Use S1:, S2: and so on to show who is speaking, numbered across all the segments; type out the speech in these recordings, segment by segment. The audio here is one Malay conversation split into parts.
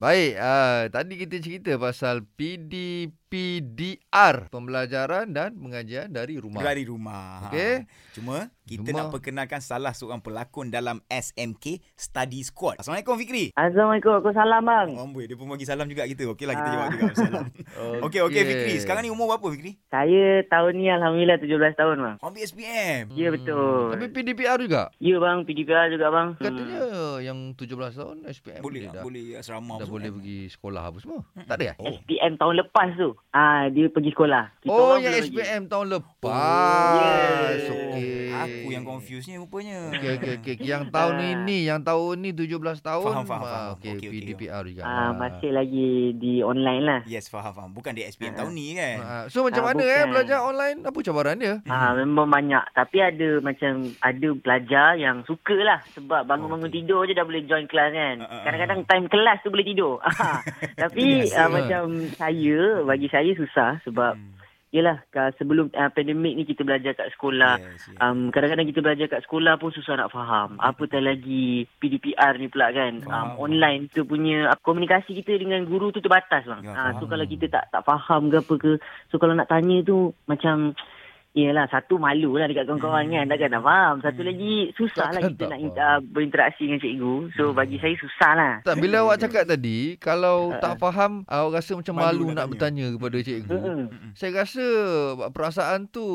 S1: Baik, ah, tadi kita cerita pasal PDPDR, pembelajaran dan pengajian dari rumah.
S2: Dari rumah. Ha.
S1: Okey.
S2: Cuma kita
S1: Cuma-
S2: nak perkenalkan salah seorang pelakon dalam SMK Study Squad. Assalamualaikum Fikri.
S3: Assalamualaikum. Aku salam bang.
S2: Oh, amboi, dia pun bagi salam juga kita. Okeylah kita
S3: Ah.
S2: jawab juga salam. Okey okey Fikri, sekarang ni umur berapa Fikri?
S3: Saya tahun ni Alhamdulillah 17 tahun bang.
S2: Ambil SPM.
S3: Ya betul.
S1: Tapi PDPR juga.
S3: Ya bang, PDPR juga bang. Hmm.
S1: Katanya yang 17 tahun SPM
S2: Boleh lah,
S1: dah.
S2: boleh asrama.
S1: Eh, dah
S2: apa
S1: boleh
S2: semua.
S1: pergi sekolah apa semua.
S3: Hmm.
S1: Tak ada ya?
S2: Oh.
S3: SPM tahun lepas tu. Ah dia pergi sekolah. Kita
S1: Oh,
S3: orang
S1: yang
S2: ya,
S3: belum
S1: SPM tahun lepas.
S3: yes.
S1: Okey.
S2: Aku yang confuse ni rupanya.
S1: Okey okey okey. Yang tahun
S3: Ah.
S1: ini, yang tahun ni 17 tahun.
S2: Faham, faham,
S1: ah,
S2: faham.
S1: Okey,
S2: Okey, okey.
S1: PDPR juga.
S3: Pergi. Ah masih lagi di online lah.
S2: Yes, faham faham. Bukan di SPM tahun ni kan.
S1: Ah, So macam
S3: Ah,
S1: mana eh
S3: bukan.
S1: belajar online? Apa cabaran dia?
S2: Hmm.
S3: Ah memang banyak tapi ada macam ada pelajar yang suka lah sebab bangun-bangun
S2: Oh, Okey.
S3: tidur je dah boleh join kelas kan.
S2: Ah, ah, ah.
S3: Kadang-kadang time kelas tu boleh tidur. Ah, tapi
S1: Biasa.
S3: ah, macam saya bagi saya susah sebab
S2: Hmm.
S3: yalah ka- sebelum ah, pandemik ni kita belajar kat sekolah
S2: Yes, yes.
S3: Um, kadang-kadang kita belajar kat sekolah pun susah nak faham. Apatah lagi PDPR ni pula kan. Um,
S2: Faham.
S3: online tu punya ah, komunikasi kita dengan guru tu terbatas bang.
S2: Ya,
S3: Ah,
S2: faham.
S3: so kalau kita tak tak faham ke apa ke. So kalau nak tanya tu macam Yelah satu malu lah dekat kawan-kawan kan Takkan nak faham Satu lagi susah lah
S1: Takkan
S3: kita
S1: tak
S3: nak
S1: faham.
S3: uh, berinteraksi dengan cikgu So bagi saya susah lah
S1: Tak, bila awak cakap tadi, kalau
S3: Ah,
S1: tak faham, awak rasa macam malu,
S2: Malu
S1: nak
S2: nak
S1: bertanya kepada
S3: Hmm.
S1: cikgu.
S3: Mm-mm.
S1: Saya rasa perasaan tu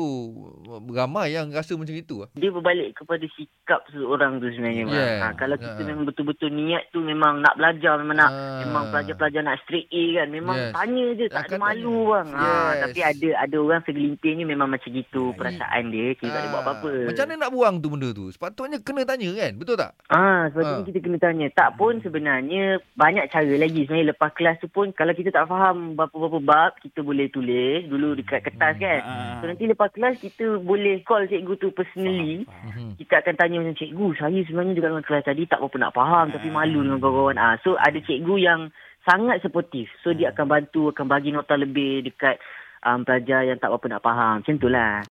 S1: ramai yang rasa macam itu. lah.
S3: Dia berbalik kepada sikap seorang tu sebenarnya bang.
S1: Yeah.
S3: ha, Kalau kita
S1: Ah.
S3: memang betul-betul niat tu Memang nak belajar Memang nak
S1: Ah.
S3: Memang pelajar-pelajar nak straight A kan. Memang
S1: Yes.
S3: yes. tanya je tak ada
S1: Akan
S3: malu
S1: tanya.
S3: bang.
S1: Yes.
S3: Ha, tapi ada ada orang segelintir ni memang macam gitu
S2: Ya,
S3: perasaan dia. Kita tak boleh buat
S1: Ah,
S3: apa-apa.
S1: Macam mana nak buang tu benda tu? Sepatutnya kena tanya kan? Betul tak?
S3: Ah, sebab tu
S1: Ah.
S3: kita kena tanya. Tak pun sebenarnya banyak cara lagi. Sebenarnya lepas kelas tu pun kalau kita tak faham berapa-berapa bab, kita boleh tulis dulu dekat kertas
S1: Hmm.
S3: kan.
S2: Ah.
S3: So nanti lepas kelas kita boleh call cikgu tu personally.
S2: Faham, faham.
S1: Mhm.
S3: kita akan tanya macam cikgu saya sebenarnya juga dalam kelas tadi tak berapa nak faham tapi malu dengan kawan-kawan ah so ada cikgu yang sangat supportive so dia akan bantu akan bagi nota lebih dekat um, pelajar yang tak berapa nak faham macam itulah